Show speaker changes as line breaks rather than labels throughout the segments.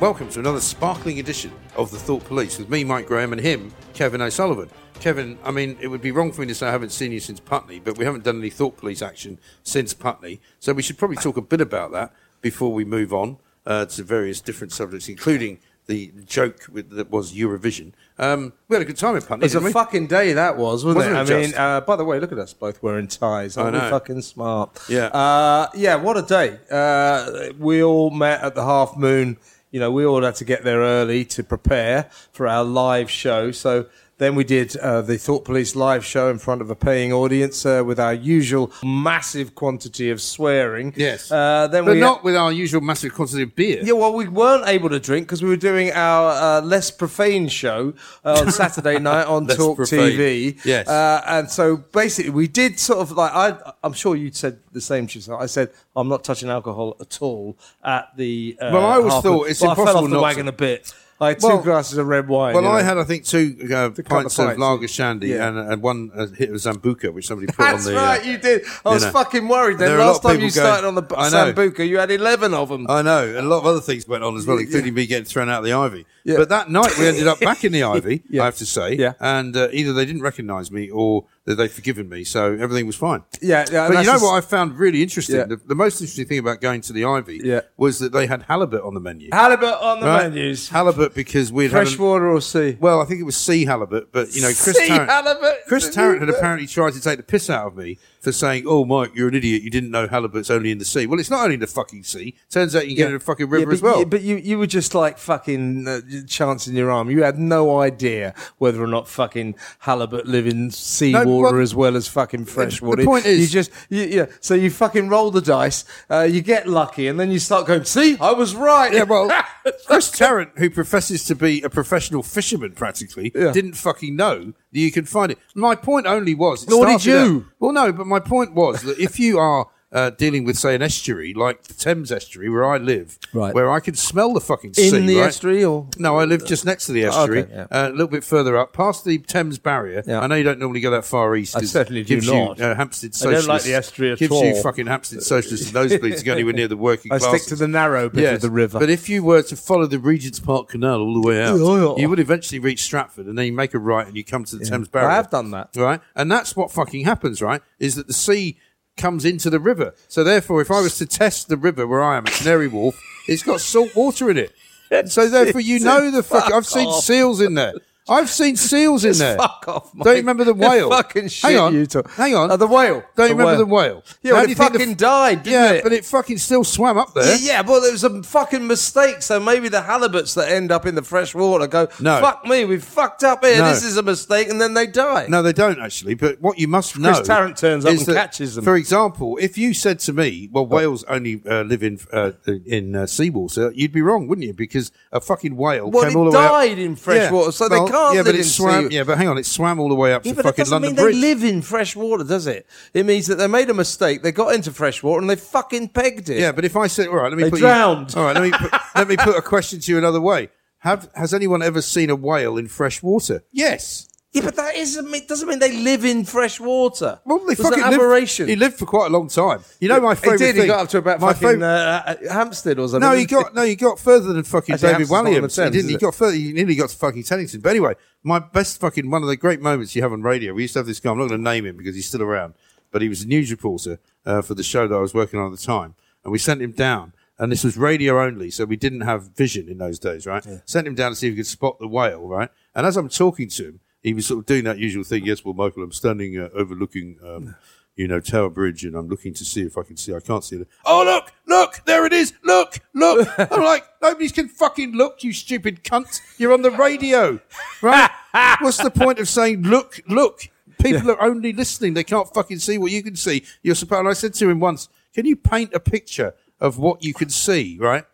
Welcome to another sparkling edition of The Thought Police with me, Mike Graham, and him, Kevin O'Sullivan. Kevin, I mean, it would be wrong for me to say I haven't seen you since Putney, but we haven't done any Thought Police action since Putney, so we should probably talk a bit about that before we move on uh, to various different subjects, including the joke with, that was Eurovision. Um, we had a good time in Putney,
It's a
didn't we?
fucking day that was, wasn't,
Wasn't
it?
it
I mean,
just?
uh, by the way, look at us both wearing ties. Aren't
I
we
know.
fucking smart?
Yeah.
Uh, yeah, what a day. Uh, we all met at the Half Moon. You know, we all had to get there early to prepare for our live show. So then we did uh, the Thought Police live show in front of a paying audience uh, with our usual massive quantity of swearing.
Yes.
Uh, then
but
we
not with our usual massive quantity of beer.
yeah, well, we weren't able to drink because we were doing our uh, less profane show uh, on Saturday night on
Less
Talk
profane.
TV.
Yes.
Uh, and so basically, we did sort of like I, I'm sure you said the same. Chisel. I said I'm not touching alcohol at all at the. Uh,
Well, I always
half-
thought it's
but I fell
impossible
off
not
the
to-
wagon a bit. I had two
Well-
glasses of red wine.
Well,
you know.
I had, I think, two uh, pints
couple
of
of
lager
pints,
shandy
yeah.
and, and one uh, hit of Zambuca, which somebody put
That's
on the. uh,
right, you did. I was
know.
fucking worried. Then
There are a lot
last
of
time
people
you
going-
started on the b-
I know. Uh,
sambuca, you had eleven of them.
I know. And a lot of other things went on as well, including me getting thrown out of the ivy.
Yeah.
But that night we ended up back in the ivy,
Yeah.
I have to say.
Yeah.
And uh, either they didn't recognise me or that they'd forgiven me. So everything was fine.
Yeah,
But
yeah,
you
that's
know
just-
what I found really interesting?
Yeah.
The, the most interesting thing about going to the ivy
Yeah.
was that they had halibut on the menu.
Halibut on the
Right?
menus.
Halibut because we'd had an-
Freshwater or sea?
Well, I think it was sea halibut, but you know, Chris
Sea
Tarrant,
halibut?
Chris Tarrant had apparently tried to take the piss out of me for saying, "Oh, Mike, you're an idiot. You didn't know halibut's only in the sea." Well, it's not only in the fucking sea. Turns out you can get it in the fucking river
Yeah, but,
as well.
You, but you, you were just like fucking uh, chancing your arm. You had no idea whether or not fucking halibut live in seawater
well-
as well as fucking freshwater.
the point is-
you just you, yeah. So you fucking roll the dice. Uh, you get lucky, and then you start going. See, I was right.
yeah, well, Chris Tarrant, who professes to be a professional fisherman practically,
Yeah.
didn't fucking know that you can find it. My point only was, it
Nor did
started
you.
out- well, no, but my point was that if you are uh, dealing with, say, an estuary like the Thames estuary where I live,
Right.
where I can smell the fucking
In
sea,
the
right?
estuary or- Oh,
no, I live just next to the estuary,
Okay, yeah.
uh, a little bit further up, past the Thames barrier.
Yeah.
I know you don't normally go that far east.
I
'cause
certainly
it
do
gives
not.
You, uh, Hampstead
I don't
socialists,
like the estuary at
gives you
all.
fucking Hampstead socialists and nosebleeds to go anywhere near the working
I
class.
stick to the narrow bit
Yes,
of the river.
But if you were to follow the Regent's Park Canal all the way out,
Yeah.
you would eventually reach Stratford, and then you make a right and you come to the Thames Barrier.
I have done that.
right? And that's what fucking happens, right? Is that the sea comes into the river. So therefore, if I was to test the river where I am at Canary Wharf, it's got salt water in it. So therefore, you know the fuck. I've seen
off.
seals in there. I've seen seals in there.
Fuck off, Mike.
Don't you remember the
The
whale?
fucking shit
Hang on.
you talk-
Hang on.
Uh, the whale.
Don't you
The
remember
whale.
the whale?
Yeah,
How
well,
do
it
you think the
fucking
f-
died, didn't
yeah,
it?
but it fucking still swam up there.
Yeah, yeah, well, there was a fucking mistake. So maybe the halibuts that end up in the fresh water go,
No.
fuck me, we fucked up here.
No.
This is a mistake. And then they die.
No, they don't actually. But what you must know,
Tarrant turns up
is
and
that,
catches them. Oh.
For example, if you said to me, "Well, whales only uh, live in uh, in uh, seawater," you'd be wrong, wouldn't you? Because a fucking whale
Well,
came
it
all the way up.
died in fresh water, so they
Well,
can't
Yeah, but
live
it
in
swam.
sea-
Yeah, but hang on, it swam all the way up
Yeah,
to
but that
fucking
doesn't
London
mean
Bridge.
they live in fresh water, does it? It means that they made a mistake. They got into fresh water and they fucking pegged it.
yeah, but if I said, "All right, let me
They
put
drowned.
You, all right, let me put, let me put a question to you another way. Have has anyone ever seen a whale in fresh water? Yes.
Yeah, but that isn't, it doesn't mean they live in fresh water.
Well, they
it was an
fucking lived-
aberration.
he lived for quite a long time. You know my
He
favorite
did.
thing.
He got up to about
my
fucking
fav-
uh, uh, Hampstead or something.
No, he
didn't
got no, he got further than fucking
Actually,
David
Hampstead's not on the
Walliams. He
Thames,
didn't.
is
He
it?
got further. He nearly got to fucking Teddington. But anyway, my best fucking one of the great moments you have on radio. We used to have this guy. I'm not going to name him because he's still around, but he was a news reporter uh, for the show that I was working on at the time, and we sent him down. And this was radio only, so we didn't have vision in those days, right? Sent him down to see if he could spot the whale, right? And as I'm talking to him, he was sort of doing that usual thing. Yes, well, Michael, I'm standing uh, overlooking, um, you know, Tower Bridge, and I'm looking to see if I can see. I can't see it. Oh, look, look, there it is. Look, look. I'm like, nobody can fucking look, you stupid cunt. You're on the radio, right? What's the point of saying, look, look? People are only listening. They can't fucking see what you can see. You're supposed. And I said to him once, can you paint a picture of what you can see, right?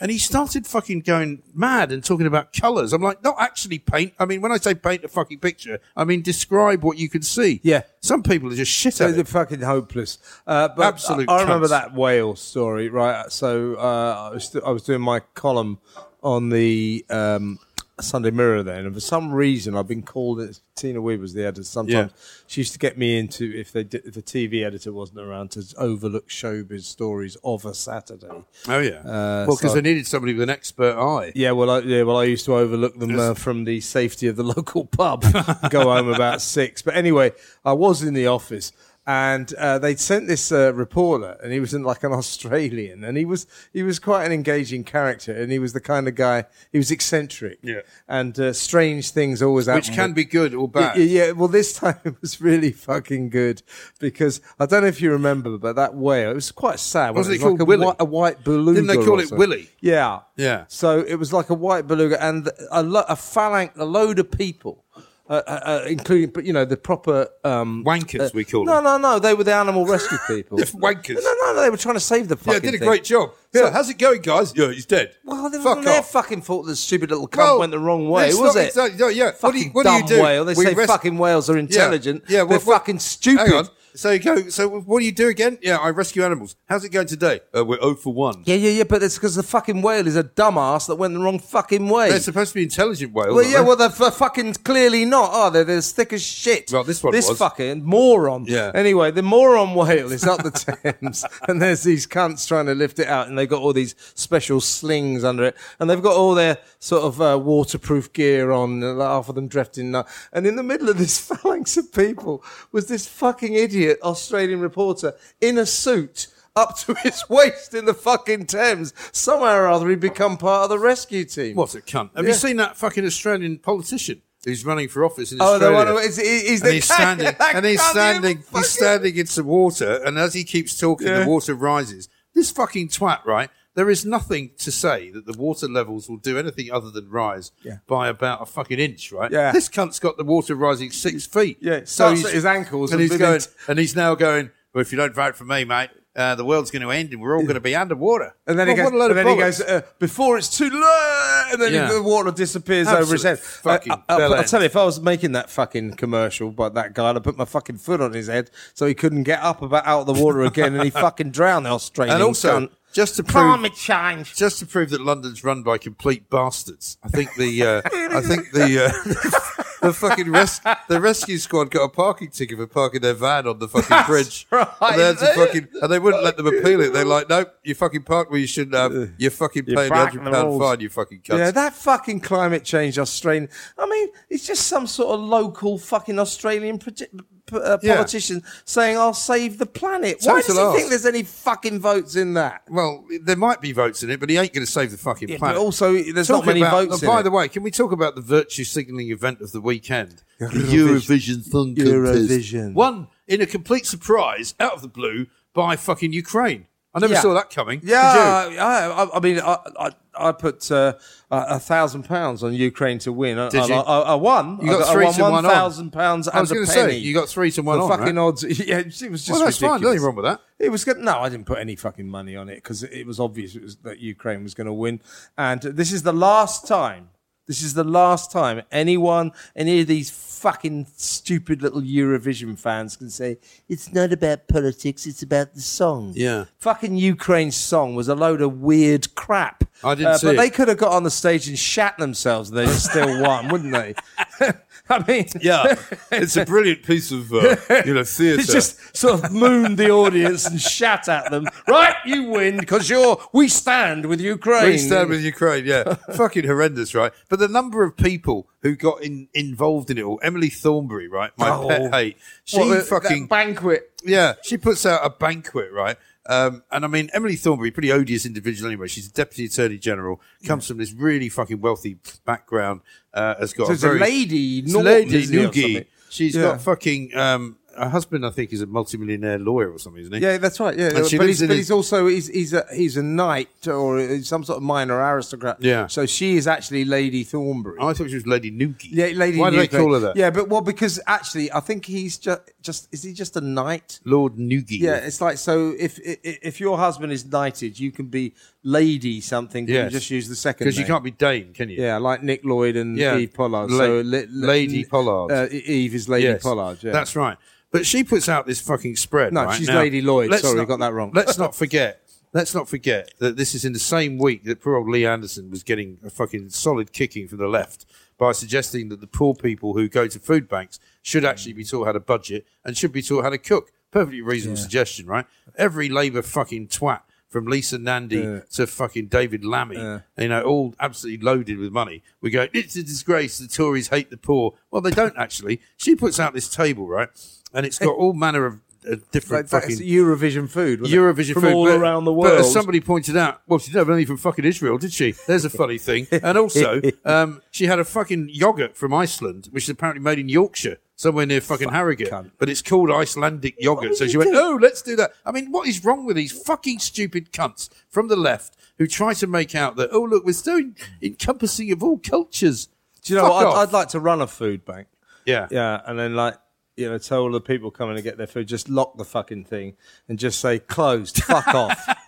And he started fucking going mad and talking about colours. I'm like, not actually paint. I mean, when I say paint a fucking picture, I mean describe what you can see.
Yeah.
Some people are just shit at
They're
it.
fucking hopeless. Uh, but
Absolute
I, I remember
cunts.
that whale story, right? So uh, I, was, I was doing my column on the um, Sunday Mirror then, and for some reason I've been called it. Tina Weir was the editor. Sometimes she used to get me into if they did, if the TV editor wasn't around to overlook showbiz stories of a Saturday.
Oh yeah. well, because
Uh, so-
they needed somebody with an expert eye.
Yeah, well, I, yeah, well, I used to overlook them uh, from the safety of the local pub. Go home about six. But anyway, I was in the office, and uh, they'd sent this uh, reporter, and he was in, like an Australian, and he was he was quite an engaging character, and he was the kind of guy he was eccentric,
Yeah.
and uh, strange things always happen.
Which can be good or
Yeah,
bad.
Yeah, yeah, well, this time it was really fucking good because I don't know if you remember, but that whale, it was quite sad.
Wasn't
it
it called
like a
Willy?
White, a white beluga.
Didn't they
or
call it
something.
Willy?
Yeah.
Yeah.
So it was like a white beluga and a, lo- a phalanx, a load of people. Uh, uh, uh, including, but you know, the proper um,
Wankers, we call
no,
them.
No, no, They were the animal rescue people.
wankers.
No, no, no. They were trying to save the fucking.
Yeah, I did a
thing.
great job. So, how's it going, guys? Yeah, he's dead.
Well, it
Fuck
wasn't their
off.
fucking fault. The stupid little cunt
Well,
went the wrong way,
it's
was
not
it?
exactly- no, yeah. What do you-
Fucking
what do you
dumb
do?
whale. They
We
say
rest-
fucking whales are intelligent.
Yeah, well,
they're
what-
fucking stupid.
Hang on. So you go. So what do you do again? Yeah, I rescue animals. How's it going today? Uh, we're 0 for one.
Yeah, yeah, yeah. But it's because the fucking whale is a dumbass that went the wrong fucking way.
They're supposed to be intelligent whales.
well,
aren't
yeah,
they?
well, they're f- fucking clearly not, are they? They're as thick as shit.
Well, this one
This
was.
fucking moron.
Yeah.
Anyway, the moron whale is up the Thames, and there's these cunts trying to lift it out, and they've got all these special slings under it, and they've got all their sort of uh, waterproof gear on, and half of them drifting. nu- And in the middle of this phalanx of people was this fucking idiot Australian reporter in a suit. Up to his waist in the fucking Thames. Somehow or other, he'd become part of the rescue team.
What a cunt. Have
Yeah.
you seen that fucking Australian politician who's running for office in
Oh, the
Australia?
one who is he's, he's the
and he's standing,
that
and he's
can't even
standing,
fucking-
he's standing in some water, and as he keeps talking,
Yeah.
the water rises. This fucking twat, right? There is nothing to say that the water levels will do anything other than rise
Yeah.
by about a fucking inch, right?
Yeah.
This cunt's got the water rising six feet.
Yeah, it starts at his ankles
and
and
he's
blooming
going,
t-
and he's now going. Well, if you don't vote for me, mate, uh, the world's going to end, and we're all going to be underwater.
And then
well,
he goes,
what a load
and
of
then he
bollocks.
goes uh, before it's too late, and then
Yeah.
the water disappears over his
Absolute
head.
fucking
I, I,
bell
will
end.
tell you, if I was making that fucking commercial by that guy, I'd put my fucking foot on his head so he couldn't get up about out of the water again, and he fucking drowned the Australian.
and also
cunt.
just to prove
Climate change.
just to prove that London's run by complete bastards, I think the uh, I think the uh, the fucking res- the rescue squad got a parking ticket for parking their van on the fucking bridge.
right.
And they had to fucking and they wouldn't let them appeal it. They're like, nope, you fucking parked where you shouldn't have. You're fucking paying a
breaking
hundred
the
pound
rules."
fine. You fucking cunts.
Yeah, that fucking climate change Australian. I mean, it's just some sort of local fucking Australian proje- p- uh,
Yeah.
politician saying, I'll save the planet. Why does
Total
he
arse.
think there's any fucking votes in that?
well, there might be votes in it, but he ain't going to save the fucking
But
planet.
also, there's
Talk
not many
about-
votes
and By
in
the
it.
way, can we talk about the virtue signalling event of the weekend? The
Eurovision.
Eurovision Song
Eurovision.
Contest. Won in a complete surprise, out of the blue, by fucking Ukraine. I never
Yeah.
saw that coming. Did you?
Yeah, I, I, I mean, I, I, I put uh, a a thousand pounds on Ukraine to win. I,
Did
I-
you?
I, I won.
You got
I I
three
won
to one on.
thousand pounds.
I was
going to
say you got three to one
the
on.
fucking
right?
odds. Yeah, it was just
Well, that's fine.
ridiculous.
Nothing wrong with that.
It was good. No, I didn't put any fucking money on it because it was obvious it was, that Ukraine was going to win. And this is the last time. This is the last time anyone, any of these fucking stupid little Eurovision fans can say it's not about politics. It's about the song.
Yeah.
Fucking Ukraine's song was a load of weird crap. Uh,
I didn't see
But
it.
they could have got on the stage and shat themselves. and They still won, wouldn't they? I mean,
Yeah, it's a brilliant piece of uh, you know theatre.
it's just sort of mooned the audience and shat at them. Right, you win because you're. We stand with Ukraine.
We stand with Ukraine, yeah. Fucking horrendous, right? But the number of people who got in, involved in it all, Emily Thornberry, right? My
Oh.
pet hate. She
What, that-
fucking Oh,
that banquet.
Yeah, she puts out a banquet, right? Um, and I mean, Emily Thornberry, pretty odious individual anyway. She's a deputy attorney general, comes from this really fucking wealthy background, uh, has got
So
a
it's a
very-
lady,
It's a
Norton,
lady
isn't it, or
Noogie.
something?
She's
Yeah.
got fucking, um, her husband, I think, is a multimillionaire lawyer or something, isn't he?
Yeah, that's right. Yeah,
And
but,
she lives
he's,
in
but
his-
he's also he's he's a he's a knight or he's some sort of minor aristocrat.
Yeah.
So she is actually Lady Thornbury.
I thought she was Lady Noogie.
yeah, Lady.
Why do they
Newgate.
call her that?
Yeah, but well, because actually, I think he's just just is he just a knight?
Lord Noogie.
Yeah, it's like so. If i- i- if your husband is knighted, you can be lady something. but
Yes.
You just use the second
Because you
name.
can't be Dame, can you?
Yeah, like Nick Lloyd and
Yeah.
Eve Pollard.
La-
so li- li-
Lady Pollard.
Uh, Eve is Lady
Yes.
Pollard. Yeah.
That's right. But she puts out this fucking spread.
No,
right?
she's
Now,
Lady Lloyd.
let's
Sorry,
not-
got that wrong.
let's not forget let's not forget that this is in the same week that poor old Lee Anderson was getting a fucking solid kicking from the left by suggesting that the poor people who go to food banks should actually be taught how to budget and should be taught how to cook. Perfectly reasonable suggestion, right? Every Labour fucking twat from Lisa Nandy to fucking David Lammy, you know, all absolutely loaded with money. We go, it's a disgrace. The Tories hate the poor. Well, they don't actually. She puts out this table, right? And it's got all manner of uh, different
Like, that's
fucking
Eurovision food. wasn't it?
Eurovision
from
food,
all
but-
around the
but
world.
as somebody pointed out, well, she didn't have anything from fucking Israel, did she? There's a funny thing. And also, um, she had a fucking yogurt from Iceland, which is apparently made in Yorkshire, somewhere near fucking Harrogate.
cunt.
But it's called Icelandic yogurt. So she went, oh, let's do that. I mean, what is wrong with these fucking stupid cunts from the left who try to make out that, oh, look, we're so encompassing of all cultures?
Do you know
Fuck
what?
off.
I'd, I'd like to run a food bank.
Yeah.
Yeah, and then like you know, tell all the people coming to get their food, just lock the fucking thing and just say closed. Fuck off.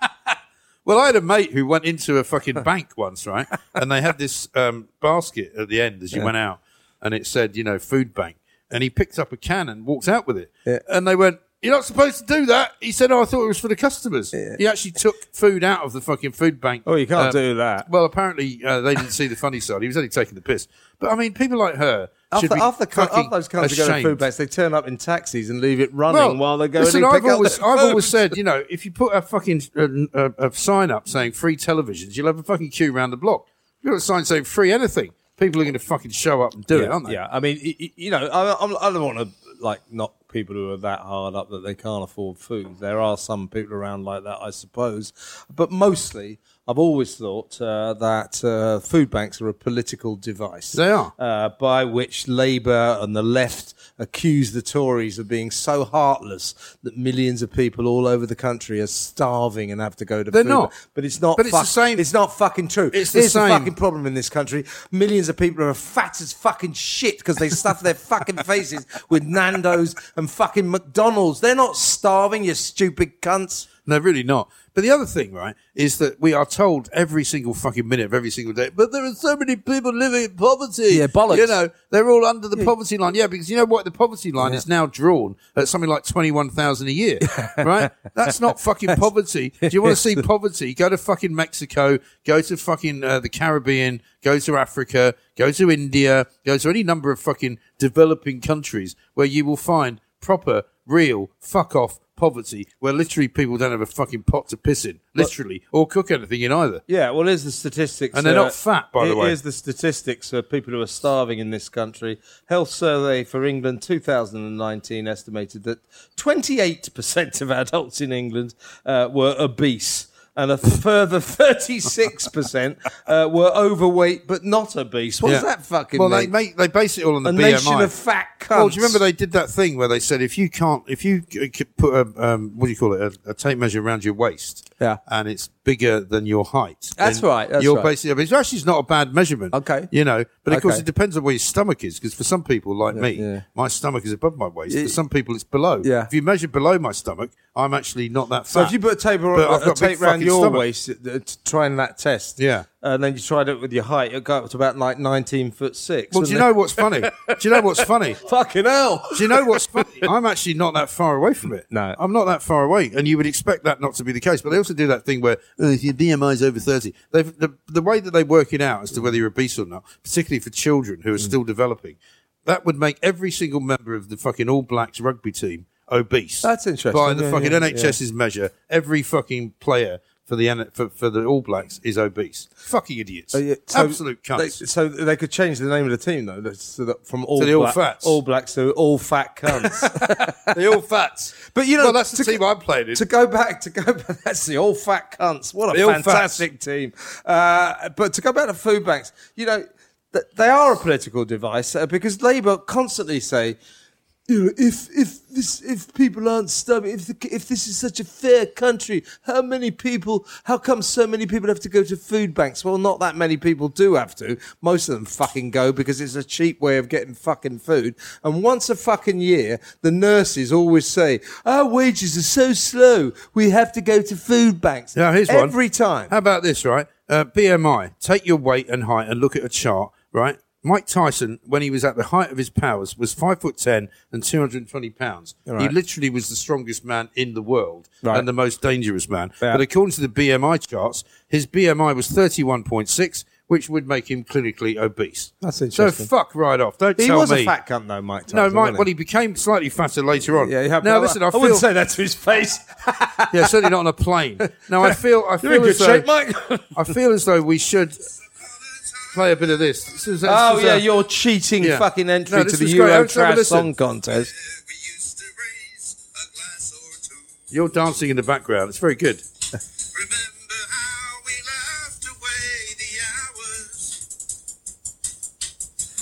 Well, I had a mate who went into a fucking bank once, right? And they had this um, basket at the end as you went out, and it said, you know, food bank. And he picked up a can and walked out with it. And they went, "You're not supposed to do that." He said, "Oh, I thought it was for the customers." He actually took food out of the fucking food bank.
Oh, you can't
Um,
do that.
Well, apparently uh, they didn't see the funny side. He was only taking the piss. But I mean, people like her should
After,
be
after, cu-
fucking
after those cars go to
ashamed.
food banks, they turn up in taxis and leave it running while they're going
listen,
and pick
I've
up
always,
their
I've
food.
always said, you know, if you put a fucking uh, a, a sign up saying free televisions, you'll have a fucking queue round the block. If you put a sign saying free anything, people are going to fucking show up and do
yeah,
it, aren't they?
Yeah, I mean, y- y- you know, I, I'm- I don't want to like knock people who are that hard up that they can't afford food. There are some people around like that, I suppose, but mostly. I've always thought uh, that uh, food banks are a political device.
They are.
Uh, by which Labour and the left accuse the Tories of being so heartless that millions of people all over the country are starving and have to go to
They're
food.
not.
But it's not
But it's the same-
It's not fucking true.
It's the
Here's
same.
fucking problem in this country. Millions of people are fat as fucking shit because they stuff their fucking faces with Nando's and fucking McDonald's. They're not starving, you stupid cunts.
No, really not. But the other thing, right, is that we are told every single fucking minute of every single day, but there are so many people living in poverty.
Yeah, bollocks.
You know, Oh, they're all under the poverty line. Yeah, because you know what? The poverty line is now drawn at something like 21,000 a year, right? That's not fucking poverty. Do you want to see poverty? Go to fucking Mexico, go to fucking uh, the Caribbean, go to Africa, go to India, go to any number of fucking developing countries where you will find proper, real, fuck off poverty where literally people don't have a fucking pot to piss in, literally, or cook anything in either.
Yeah, well, here's the statistics. uh,
And they're not fat, by the
here-
way.
Here's the statistics for people who are starving in this country. Health Survey for England 2019 estimated that 28% of adults in England uh, were obese. And a further 36% uh, were overweight but not obese. What does
Yeah.
that fucking
well,
mean?
they make, they base it all on the
a
BMI.
nation of fat cunts.
Well, do you remember they did that thing where they said if you can't, if you c- c- put a um, what do you call it, a, a tape measure around your waist,
Yeah.
and it's bigger than your height.
That's
then
right, that's
you're
right.
basically. I mean, it's actually it's not a bad measurement.
Okay.
You know, but of course
Okay.
it depends on where your stomach is because for some people like me,
yeah.
my stomach is above my waist.
Yeah.
For some people, it's below.
Yeah.
If you measure below my stomach, I'm actually not that fat.
So if you put a tape,
But I've
around,
got
a
a big
tape around
fucking
your
stomach.
waist uh, to try and that test,
Yeah.
and then you tried it with your height, it got up to about like nineteen foot six.
well, do you know what's funny? do you know what's funny?
Fucking hell!
Do you know what's funny? I'm actually not that far away from it.
No.
I'm not that far away, and you would expect that not to be the case. But they also do that thing where oh, if your BMI is over thirty, they've, the the way that they work it out as to whether you're obese or not, particularly for children
Mm.
who are still developing, that would make every single member of the fucking All Blacks rugby team obese.
That's interesting.
By the
Yeah,
fucking
yeah,
NHS's measure, every fucking player. For the N- for, for the All Blacks is obese. Fucking idiots.
Uh, yeah, so
Absolute cunts.
They, so they could change the name of the team though, that's- so that from all
they're all
black-
fats.
all blacks to all fat cunts.
They, are all fats.
But you know,
well, that's the
to-
team I'm playing in.
to go back, to go back, that's the all fat cunts. What a
The all fats.
fantastic team! Uh, but to go back to food banks, you know, th- they are a political device uh, because Labour constantly say. You know, if if this if people aren't starving, if the, if this is such a fair country, how many people? How come so many people have to go to food banks? Well, not that many people do have to. Most of them fucking go because it's a cheap way of getting fucking food. And once a fucking year, the nurses always say our wages are so slow, we have to go to food banks.
Now, here's
every
one.
time.
How about this, right? Uh, BMI. Take your weight and height and look at a chart, right? Mike Tyson, when he was at the height of his powers, was five foot ten and two hundred and twenty pounds. He
Right.
literally was the strongest man in the world
Right.
and the most dangerous man.
Yeah.
But according to the BMI charts, his BMI was thirty-one point six, which would make him clinically obese.
That's interesting.
So fuck right off. Don't
He
tell
was
me.
a fat cunt though, Mike. Tyson,
no, Mike.
wasn't
Well, he became slightly fatter later on.
Yeah, you have.
now
I-
listen, I,
I,
feel
wouldn't say that to his face.
yeah, certainly not on a plane. No, I feel I feel
You're in good
as though,
shape, Mike.
I feel as though we should play a bit of this. This is, this
oh
is uh,
yeah,
a-
your cheating
yeah.
fucking entry
No,
to
this
the
was great.
Euro
Let's have a
Trash
listen.
Song Contest.
We used to raise a glass or two.
You're dancing in the background. It's very good.
Remember how we laughed away the hours.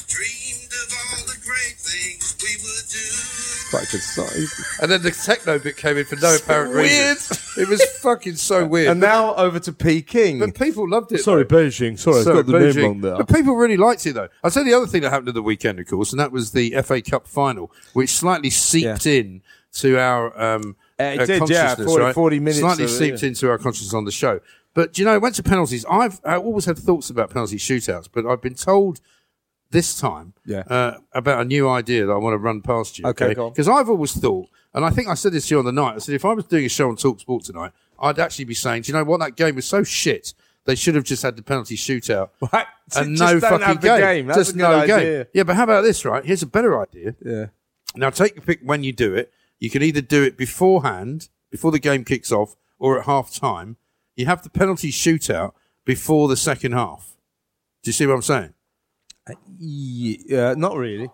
Dreamed of all the great things we would do.
Quite a good song.
And then the techno bit came in for no apparent reason. It was fucking so weird.
And now over to Peking.
but people loved it.
Beijing. Sorry,
So Beijing. But people really liked it though. I'll tell you the other thing that happened at the weekend, of course, and that was the FA Cup final, which slightly seeped in to our um,
Uh, it
uh,
did, yeah,
consciousness,
40
right?
40 minutes
Slightly
of it,
seeped into our consciousness on the show. But do you know, it went to penalties. I've I always had thoughts about penalty shootouts, but I've been told this time
Yeah.
uh, about a new idea that I want to run past you.
Okay, go on.
Because I've always thought, and I think I said this to you on the night, I said if I was doing a show on Talk Sport tonight, I'd actually be saying, do you know what, that game was so shit, they should have just had the penalty shootout
Right.
and
Just
no
don't
fucking
have the
game.
game. That's
Just
a good
no game.
idea.
Yeah, but how about this, right? Here's a better idea.
Yeah.
Now take your pick when you do it. You can either do it beforehand, before the game kicks off, or at half time. You have the penalty shootout before the second half. Do you see what I'm saying?
yeah. uh, Not really.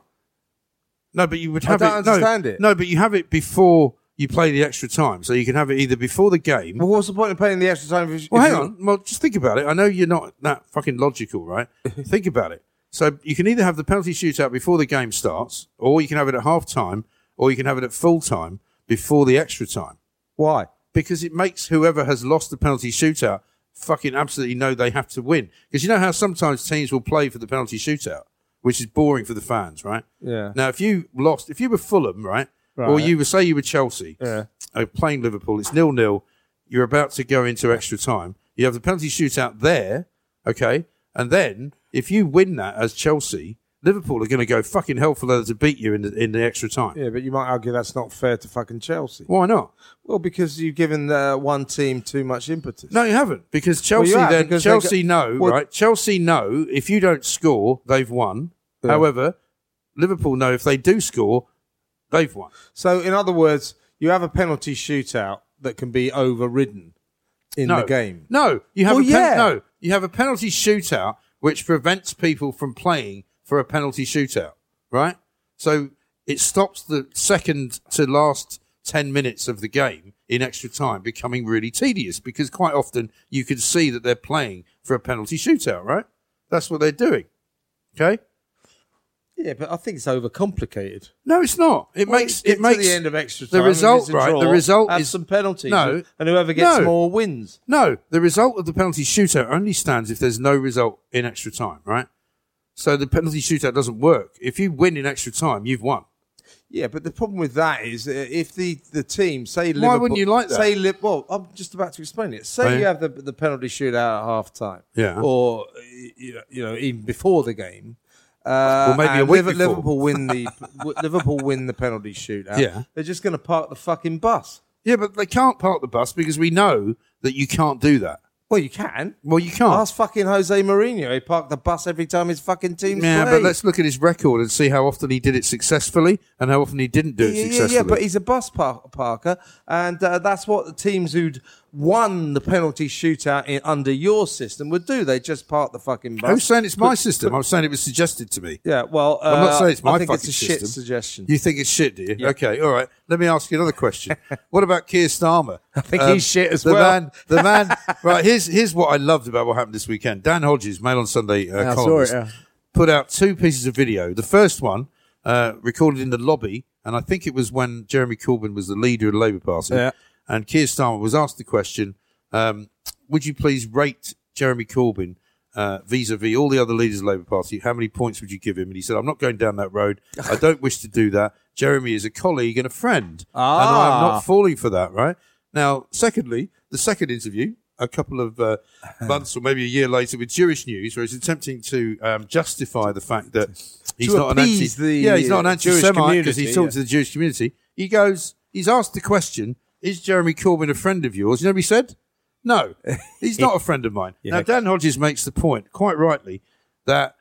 No, but you would
I
have
don't
it. no,
understand it.
No, but you have it before you play the extra time. So you can have it either before the game
Well, what's the point of playing the extra time? If you,
Well,
if
hang
you-
on. Well, just think about it. I know you're not that fucking logical, right? think about it. So you can either have the penalty shootout before the game starts, or you can have it at half time, or you can have it at full time before the extra time.
Why?
Because it makes whoever has lost the penalty shootout fucking absolutely know they have to win. Because you know how sometimes teams will play for the penalty shootout, which is boring for the fans, right?
Yeah.
Now, if you lost, if you were Fulham, right, or
Right.
you were say you were Chelsea,
Yeah.
uh, playing Liverpool, it's nil nil. You're about to go into extra time. You have the penalty shootout there, okay, and then if you win that as Chelsea, Liverpool are going to go fucking hell for leather to beat you in the, in the extra time.
Yeah, but you might argue that's not fair to fucking Chelsea.
Why not?
Well, because you've given uh, one team too much impetus.
No, you haven't, because Chelsea
you have,
then
because they
Chelsea
go-
know
Well-
right. Chelsea know if you don't score, they've won. However, Liverpool know if they do score, they've won.
So, in other words, you have a penalty shootout that can be overridden in
no.
the game.
No, you have
Well,
a pen-
yeah.
no, you have a penalty shootout which prevents people from playing for a penalty shootout, right? So it stops the second to last 10 minutes of the game in extra time becoming really tedious because quite often you can see that they're playing for a penalty shootout, right? That's what they're doing. Okay?
Yeah, but I think it's overcomplicated.
No, it's not. It
Well,
makes
you get
it makes
to the end of extra
the
time.
result,
if it's a
right,
draw,
the result
have
is-
some penalties.
No.
and whoever gets
No.
more wins.
No, the result of the penalty shootout only stands if there's no result in extra time, right? So the penalty shootout doesn't work. If you win in extra time, you've won.
Yeah, but the problem with that is uh, if the, the team say
Why
Liverpool,
wouldn't you like that?
Say Lib- well, I'm just about to explain it. Say
Right.
you have the the penalty shootout at half time,
Yeah.
or uh, you know, you know even before the game. Uh,
Or maybe a
and
week
Liver-
before.
Liverpool win the w- Liverpool win the penalty shootout.
Yeah.
they're just going to park the fucking bus.
Yeah, but they can't park the bus because we know that you can't do that.
Well, you can.
Well, you can't.
Ask fucking Jose Mourinho. He parked the bus every time his fucking team
yeah,
played.
but let's look at his record and see how often he did it successfully and how often he didn't do it
Yeah, yeah,
successfully.
yeah, but he's a bus par- parker, and uh, that's what the teams who'd won the penalty shootout in, under your system would do. They just park the fucking bus.
I'm saying it's my system. I'm saying it was suggested to me.
yeah, well, uh,
I'm not saying it's my
I think
fucking
it's a shit
system.
suggestion.
You think it's shit, do you? Okay, all right. Let me ask you another question. what about Keir Starmer? I
think he's shit as
the
well.
Man, the man. right. Here's here's what I loved about what happened this weekend. Dan Hodges, Mail on Sunday uh,
I saw
columnist,
it, yeah.
put out two pieces of video. The first one uh, recorded in the lobby, and I think it was when Jeremy Corbyn was the leader of the Labour Party.
Yeah.
And Keir Starmer was asked the question, um, "Would you please rate Jeremy Corbyn?" Uh, vis-a-vis all the other leaders of the Labour Party, how many points would you give him? And he said, "I'm not going down that road. I don't wish to do that. Jeremy is a colleague and a friend, and I'm
Ah.
not falling for that." Right now, secondly, the second interview a couple of uh, months or maybe a year later with Jewish news, where he's attempting to um, justify the fact that he's
To
not an anti,
appease the,
yeah, he's not an
uh,
anti-Jewish
Jewish
Semite because he's
community,
talking
yeah.
to the Jewish community. He goes, he's asked the question: Is Jeremy Corbyn a friend of yours? You know what he said? No, he's not a friend of mine. Now Dan Hodges makes the point quite rightly that.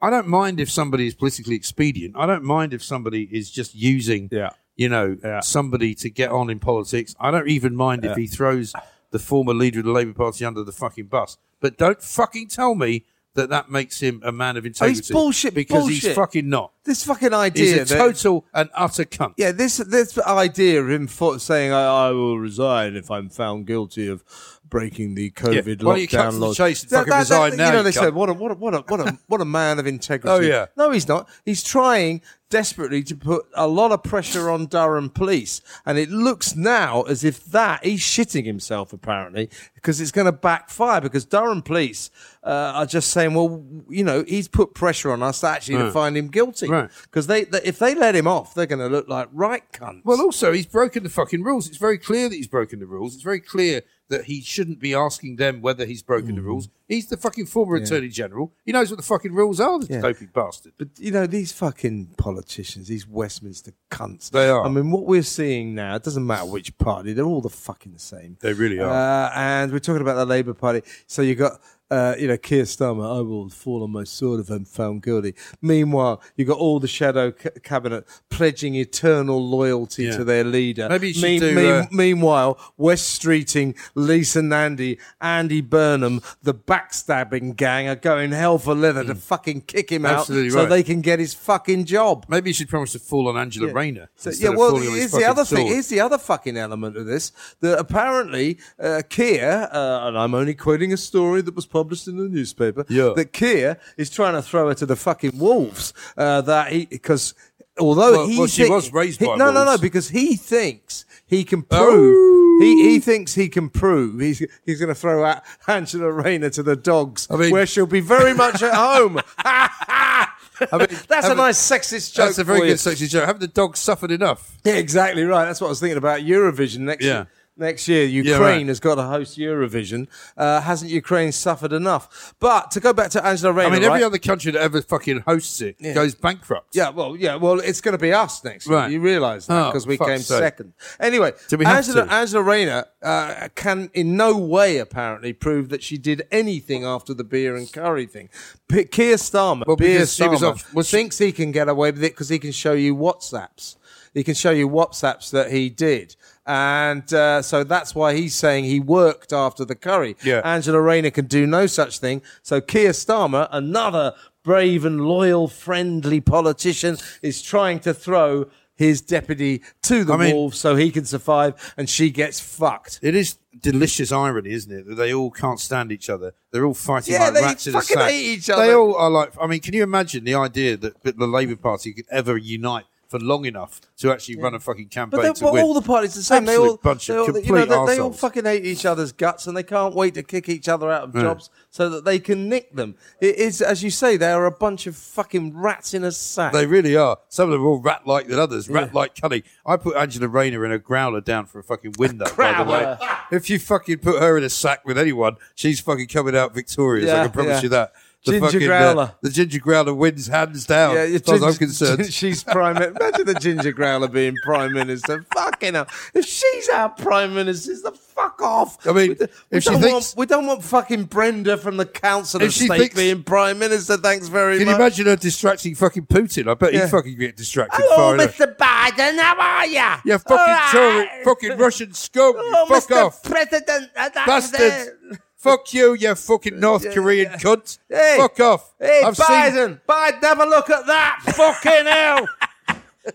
I don't mind if somebody is politically expedient. I don't mind if somebody is just using
Yeah.
you know, somebody to get on in politics. I don't even mind if he throws the former leader of the Labour Party under the fucking bus. But don't fucking tell me that that makes him a man of integrity.
Oh, bullshit,
because he's
bullshit.
fucking not.
This fucking
He's
idea.
a
that-
total and utter cunt.
yeah, this this idea of him fo- saying I, I will resign if I'm found guilty of breaking the COVID
Why don't
lockdown
you cut to the
laws.
chase and fucking resign now,
You know
you
they
cunt.
said what a what a what a what a, what a man of integrity.
Oh, yeah.
no, he's not. He's trying desperately to put a lot of pressure on Durham police, and it looks now as if that he's shitting himself apparently because it's going to backfire because Durham police uh, are just saying, well, you know, he's put pressure on us actually to find him guilty
Right.
because they, they if they let him off, they're going to look like right cunts.
Well, also, he's broken the fucking rules. It's very clear that he's broken the rules. It's very clear that he shouldn't be asking them whether he's broken
Mm-hmm.
the rules. He's the fucking former Attorney General. He knows what the fucking rules are, this dopey bastard.
But you know these fucking politicians, these Westminster cunts.
They are.
I mean, what we're seeing now, it doesn't matter which party; they're all the fucking same.
They really are.
Uh, and we're talking about the Labour Party. So you got, uh, you know, Keir Starmer. I will fall on my sword if I'm found guilty. Meanwhile, you got all the shadow c- cabinet pledging eternal loyalty
Yeah.
to their leader.
Maybe you should do, uh,
Meanwhile, West Streeting, Lisa Nandy, Andy Burnham, the backstabbing gang are going hell for leather to fucking kick him
Mm. Absolutely
out so
right.
they can get his fucking job.
Maybe you should promise to fall on Angela Rayner.
So,
instead
yeah,
of
well,
falling on his
here's the
fucking
other thing.
sword.
Here's the other fucking element of this that apparently uh, Keir, uh, and I'm only quoting a story that was published in the newspaper,
Yeah.
that Keir is trying to throw her to the fucking wolves. Uh, that he because although
Well-
he
well, she
thi-
was raised
he-
by
no, no, no,
wolves.
because he thinks he can prove. He,
Oh.
he thinks he can prove he's he's going to throw out Angela Rayner to the dogs,
I mean-
where she'll be very much at home. that's a
haven't-
nice sexist joke.
That's a very
for
good
you.
sexy joke. Haven't the dogs suffered enough?
Yeah, exactly right. That's what I was thinking about Eurovision next
Yeah.
year. Next year, Ukraine
right.
has got to host Eurovision. Uh, hasn't Ukraine suffered enough? But to go back to Angela
I
Rayner,
mean, every
right?
other country that ever fucking hosts it goes bankrupt.
yeah, well, yeah, well, it's going to be us next year.
Right.
You realise that
Oh,
because we
fuck's
came
sake.
second. Anyway,
Do we have
Angela
to?
Angela Rayner uh, can in no way apparently prove that she did anything after the beer and curry thing. P- Keir Starmer,
Well,
Keir
because she was
Starmer
off- was she-
thinks he can get away with it because he can show you WhatsApps. He can show you WhatsApps that he did. And uh, so that's why he's saying he worked after the curry.
Yeah.
Angela Rayner can do no such thing. So Keir Starmer, another brave and loyal, friendly politician, is trying to throw his deputy to the
I mean-
wolves so he can survive, and she gets fucked.
It is delicious irony, isn't it? That they all can't stand each other. They're all fighting
Yeah,
like
they
rats in a
fucking
sack.
hate each
They
other.
all are like. I mean, can you imagine the idea that that the Labour Party could ever unite for long enough to actually run a fucking campaign
But, they,
to
but
win?
all the parties are the same. They
Absolute
all,
bunch
they
of
all you
complete
know, they, they all
arseholes.
fucking hate each other's guts, and they can't wait to kick each other out of jobs so that they can nick them. It is, as you say, they are a bunch of fucking rats in a sack.
They really are. Some of them are more rat like than others, rat like cunning. I put Angela Rayner in a growler down for a fucking window, by the way.
Growler.
If you fucking put her in a sack with anyone, she's fucking coming out victorious. I
Yeah,
can promise
yeah.
you that.
Ginger
fucking, uh,
growler.
the ginger growler wins hands down,
Yeah,
as
you're
far as I'm
ginger-
concerned.
She's prime. min- Imagine the ginger growler being prime minister. Fucking hell! If she's our prime minister, it's the fuck off.
I mean,
we, do,
if she
not
thinks-
want, we don't want fucking Brenda from the council
If
of
she
state
thinks-
being prime minister. Thanks very
Can you
much.
imagine her distracting fucking Putin? I bet
Yeah.
he'd fucking get distracted. far
Hello,
enough.
Mr. Biden. How are you?
Yeah, fucking Tory, fucking Russian scum.
Oh,
fuck
Mr.
off.
President. uh, that's
Bastards.
it.
Fuck you, you fucking North Korean
yeah.
cunt.
Hey.
Fuck off.
Hey,
I've seen
Biden. Biden, have a look at that. fucking hell.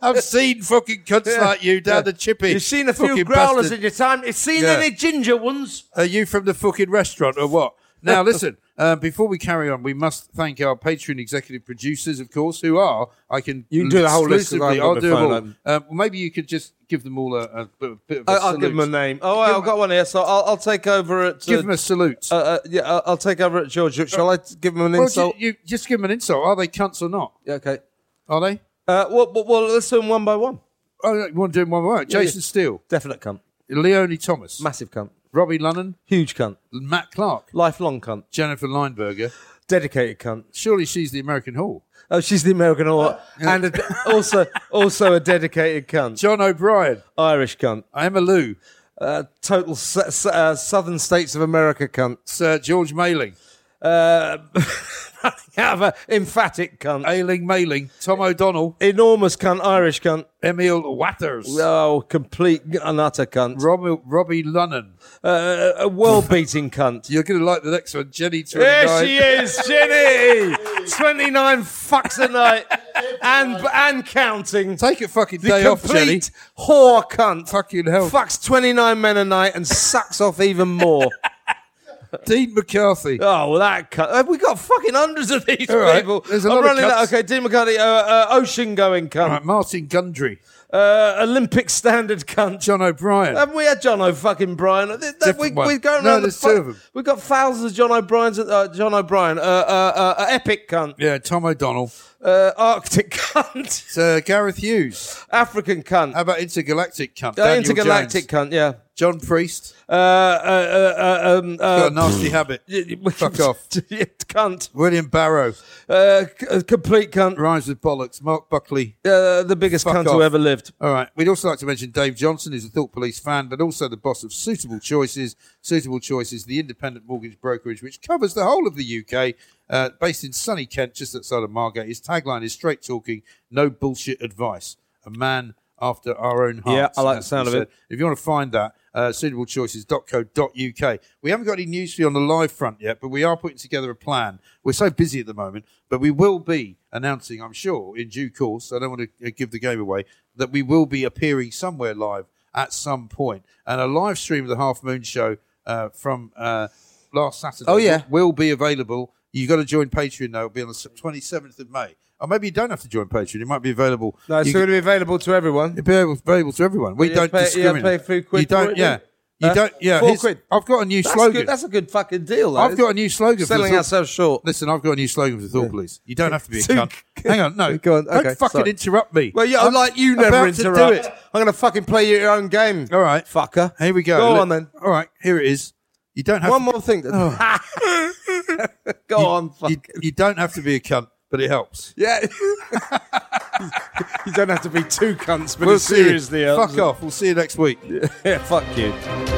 I've seen fucking cunts like you down the chippy.
You've seen a few
Fucking
growlers
bastard.
in your time. You've seen
Yeah.
any ginger ones?
Are you from the fucking restaurant or what? Now, listen, uh, before we carry on, we must thank our Patreon executive producers, of course, who are, I can,
You can do the whole list 'cause I
exclusively-
haven't got
I'll
my
do them
phone
all.
open.
Um, well, maybe you could just give them all a, a bit of- bit of a
I- I'll
salute.
give them a name. Oh, I've got one here, so I'll, I'll take over at.
Give them a salute.
uh, uh, yeah, I'll, I'll take over at George. Shall I give him an
Well,
insult?
you, you just give them an insult. Are they cunts or not?
Yeah, okay.
Are they?
Uh, well, well, well, let's do them one by one.
Oh, you want to do them one more? Jason Steele,
Definite cunt.
Leonie Thomas,
Massive cunt.
Robbie Lunnan,
Huge cunt.
Matt Clark,
Lifelong cunt.
Jennifer Lineberger.
Dedicated cunt.
Surely she's the American Hall.
Oh, she's the American or and a de- also also a dedicated cunt.
John O'Brien,
Irish cunt.
Emma Lou,
Uh, total s- s- uh, Southern States of America cunt.
Sir George Mailing,
Uh, have a emphatic cunt.
Ailing Mailing, Tom O'Donnell,
Enormous cunt. Irish cunt.
Emil Watters,
Oh, complete and utter cunt.
Rob- Robbie Lunnan.
Uh, a world beating cunt.
You're going to like the next one, Jenny 29.
There she is, Jenny. Twenty nine fucks a night, and and counting.
Take a fucking
The
day off, Jenny.
complete whore cunt.
Fucking hell.
Fucks 29 men a night and sucks off even more.
Dean McCarthy.
Oh, well, that cunt. Have we got fucking hundreds of these
All right.
people?
There's a
I'm
lot of
running
cunts.
that. Okay, Dean McCarthy, uh, uh, ocean going
Right,
cunt,
Martin Gundry,
uh, Olympic standard cunt.
John O'Brien.
Haven't we had John O'fucking Brian? Th- th-
Different
We,
one.
we're going
No,
around the
there's
fu-
two of them.
We've got thousands of John O'Brien's. Uh, John O'Brien, uh, uh, uh, uh, epic cunt,
yeah, Tom O'Donnell.
uh, Arctic cunt,
Sir Gareth Hughes.
African cunt,
How about intergalactic cunt?
uh,
Daniel
intergalactic
James.
cunt. Yeah.
John Priest.
Uh, uh, uh, uh, um, uh,
Got a nasty habit. Fuck off.
Yeah, cunt.
William Barrow.
Uh, c- uh, complete cunt.
Rhymes with bollocks. Mark Buckley.
Uh, the biggest
Fuck
cunt
off.
who ever lived.
All right. We'd also like to mention Dave Johnson, who's a Thought Police fan, but also the boss of Suitable Choices. Suitable Choices, the independent mortgage brokerage, which covers the whole of the UK, uh, based in sunny Kent, just outside of Margate. His tagline is straight talking, no bullshit advice. A man after our own hearts.
Yeah, I like the
as
sound
we
of it.
said. If you want to find that, uh, suitablechoices.co.uk. We haven't got any news for you on the live front yet, but we are putting together a plan. We're so busy at the moment, but we will be announcing, I'm sure, in due course. I don't want to uh, give the game away, that we will be appearing somewhere live at some point. And a live stream of the Half Moon Show uh, from uh, last Saturday
Oh, yeah.
will be available. You've got to join Patreon, though. It'll be on the 27th of May. Or maybe you don't have to join Patreon. It might be available.
No, it's
You
going to be available to everyone.
It'd be able- available to everyone. We
Yeah,
don't
pay- yeah,
discriminate.
pay three quid
you don't.
for it,
yeah.
yeah.
You
Uh,
don't. Yeah.
four
here's-
quid.
I've got a new
That's
slogan.
good. That's a good fucking deal. Though.
I've got a new slogan. for
selling
the Thought-
ourselves short.
Listen, I've got a new slogan for Thought Police. You don't have to be a
Two-
cunt. Hang on, no.
Go on, okay,
don't fucking
sorry.
interrupt me.
Well, yeah,
I'm
like you
about
never
to do
interrupt.
it.
I'm going to fucking play you your own game.
All right.
fucker.
Here we go.
Go
Look-
on then.
All right, here it is. You don't have
One
to,
more thing. Oh. go on. Fuck.
You, you don't have to be a cunt, but it helps.
yeah. you don't have to be two cunts, but
We'll
it
see you.
seriously helps.
Fuck off. We'll see you next week.
Yeah, fuck you.